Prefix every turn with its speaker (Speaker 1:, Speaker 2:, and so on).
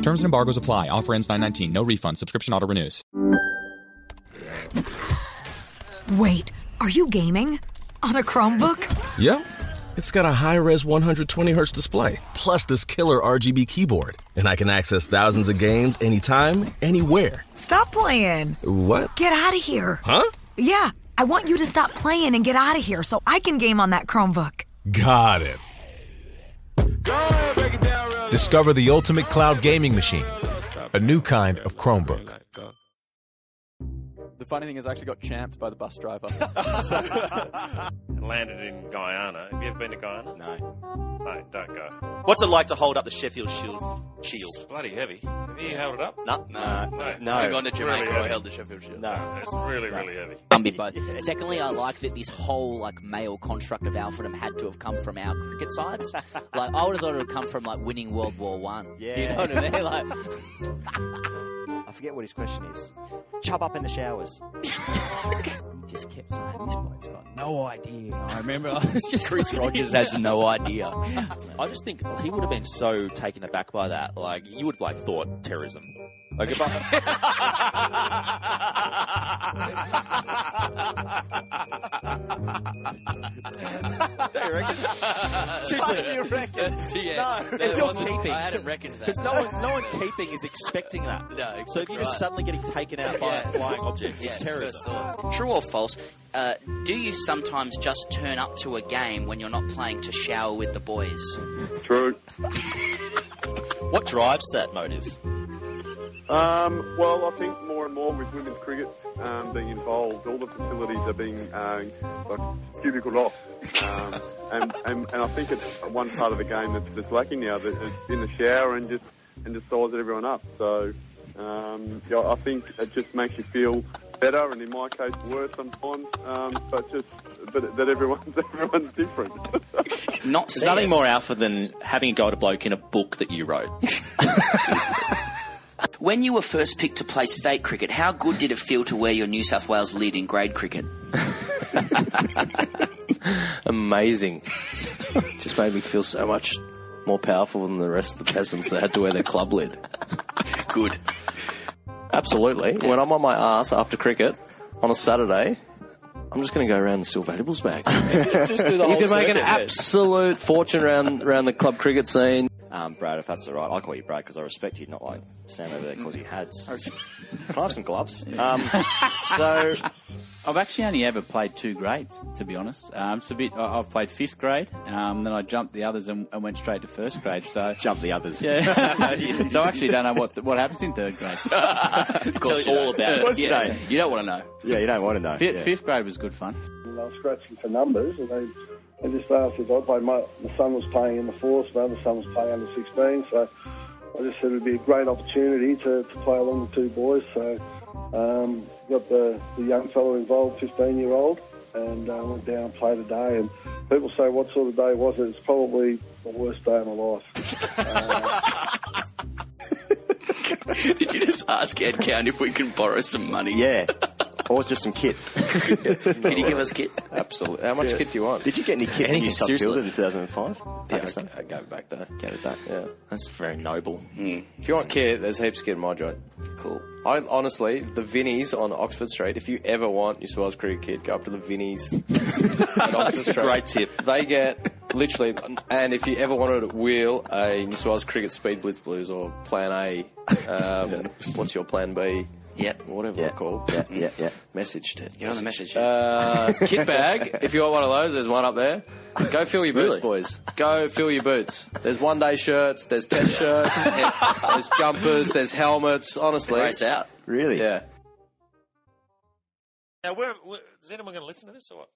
Speaker 1: Terms and embargoes apply. Offer ends 919. No refund. Subscription auto renews.
Speaker 2: Wait, are you gaming? On a Chromebook?
Speaker 3: Yep. It's got a high res 120Hz display, plus this killer RGB keyboard. And I can access thousands of games anytime, anywhere.
Speaker 2: Stop playing.
Speaker 3: What?
Speaker 2: Get out of here.
Speaker 3: Huh?
Speaker 2: Yeah, I want you to stop playing and get out of here so I can game on that Chromebook.
Speaker 3: Got it.
Speaker 4: Discover the ultimate cloud gaming machine, a new kind of Chromebook.
Speaker 5: The funny thing is, I actually got champed by the bus driver.
Speaker 6: and landed in Guyana. Have you ever been to Guyana? No. No, don't go.
Speaker 7: What's it like to hold up the Sheffield Shield?
Speaker 6: It's bloody heavy. Have you held it up?
Speaker 7: No,
Speaker 8: No.
Speaker 6: No.
Speaker 8: No.
Speaker 7: I've gone to Jamaica.
Speaker 6: Really?
Speaker 7: I held the Sheffield Shield.
Speaker 8: No.
Speaker 6: It's really, really heavy.
Speaker 9: Can't be both. Secondly, I like that this whole like male construct of Alfredham had to have come from our cricket sides. Like I would have thought it would come from like winning World War One. you
Speaker 8: Yeah.
Speaker 9: know what I mean? Like
Speaker 8: I forget what his question is. Chub up in the showers.
Speaker 9: just kept saying this bloke's got no idea.
Speaker 7: I remember. I was just
Speaker 9: Chris Rogers has no idea.
Speaker 7: I just think he would have been so taken aback by that. Like you would have like thought terrorism. Like if I. Don't you reckon?
Speaker 8: Don't you reckon?
Speaker 7: yeah.
Speaker 8: No.
Speaker 7: No, it
Speaker 8: You're
Speaker 7: wasn't.
Speaker 8: keeping.
Speaker 7: I hadn't reckoned that.
Speaker 9: Because
Speaker 7: no one, no one keeping is expecting that. No.
Speaker 9: So if you're just
Speaker 7: suddenly getting taken out by a flying object,
Speaker 9: Yeah, first thought. True or false? Uh, do you sometimes just turn up to a game when you're not playing to shower with the boys?
Speaker 10: True.
Speaker 7: What drives that motive?
Speaker 10: Um, well, I think more and more with women's cricket um, being involved, all the facilities are being uh, like cubicled off, um, and, and and I think it's one part of the game that's, that's lacking now. That it's in the shower and just and just sizes everyone up. So um, yeah, I think it just makes you feel better, and in my case, worse sometimes. Um, but just that, that everyone's everyone's different.
Speaker 9: Not
Speaker 7: There's
Speaker 9: see uh,
Speaker 7: nothing
Speaker 9: it.
Speaker 7: more alpha than having a go at a bloke in a book that you wrote.
Speaker 9: When you were first picked to play state cricket, how good did it feel to wear your New South Wales lid in grade cricket?
Speaker 11: amazing. Just made me feel so much more powerful than the rest of the peasants that had to wear their club lid.
Speaker 9: Good.
Speaker 11: Absolutely. When I'm on my ass after cricket on a Saturday, I'm just going to go around and steal valuables back.
Speaker 7: just do the
Speaker 11: you
Speaker 7: whole
Speaker 11: can make an
Speaker 7: circuit, man.
Speaker 11: absolute fortune around around the club cricket scene.
Speaker 8: Um, Brad, if that's all right, I'll call you Brad because I respect you, not like Sam over there calls you Hads. Can I have some gloves? Um, so,
Speaker 12: I've actually only ever played two grades, to be honest. Um, it's a bit. I- I've played fifth grade, um, then I jumped the others and, and went straight to first grade. So,
Speaker 8: jump the others.
Speaker 12: Yeah. so I actually don't know what what happens in third grade.
Speaker 7: of course, all about it.
Speaker 8: What's
Speaker 12: yeah,
Speaker 8: your name?
Speaker 12: You don't want to know.
Speaker 8: Yeah, you don't want to know.
Speaker 12: Fi
Speaker 8: yeah.
Speaker 12: Fifth grade was good fun.
Speaker 10: and I was scratching for numbers, and they they just asked if I played. My my son was playing in the force, my other son was playing under 16, so I just said it'd be a great opportunity to, to play along the two boys. So um, got the, the young fellow involved, 15 year old, and uh, went down and played a day. And people say, what sort of day was it? It's probably the worst day of my life.
Speaker 9: Did you just ask Ed Count if we can borrow some money?
Speaker 8: Yeah. Or just some kit.
Speaker 9: Can you give us kit?
Speaker 11: Absolutely. How much kit do you want?
Speaker 8: Did you get any kit when you
Speaker 11: Anything, seriously.
Speaker 8: sub-fielded in 2005?
Speaker 11: Yeah,
Speaker 8: Pakistan?
Speaker 11: I, I gave it back though.
Speaker 8: Get it back.
Speaker 11: Yeah.
Speaker 7: That's very noble.
Speaker 11: If you want kit, there's heaps of kit in my joint.
Speaker 9: Cool.
Speaker 11: I honestly, the Vinnies on Oxford Street. If you ever want your Swells cricket kit, go up to the Vinnies. on Oxford
Speaker 7: That's a
Speaker 11: Street.
Speaker 7: great tip.
Speaker 11: They get literally, and if you ever wanted to wheel a New South Wales cricket speed blitz blues or Plan A, um, what's your Plan B,
Speaker 9: Yep.
Speaker 11: or whatever
Speaker 8: Yeah.
Speaker 11: they're called,
Speaker 8: Yeah, yeah, yeah.
Speaker 11: message to
Speaker 9: Get on the message.
Speaker 11: uh, kit bag. If you want one of those, there's one up there. Go fill your boots,
Speaker 8: Really?
Speaker 11: boys. Go fill your boots. There's one day shirts, there's test shirts, there's jumpers, there's helmets. Honestly,
Speaker 9: Race out.
Speaker 8: Really?
Speaker 11: yeah.
Speaker 6: Now, where, where, is anyone going to listen to this or what?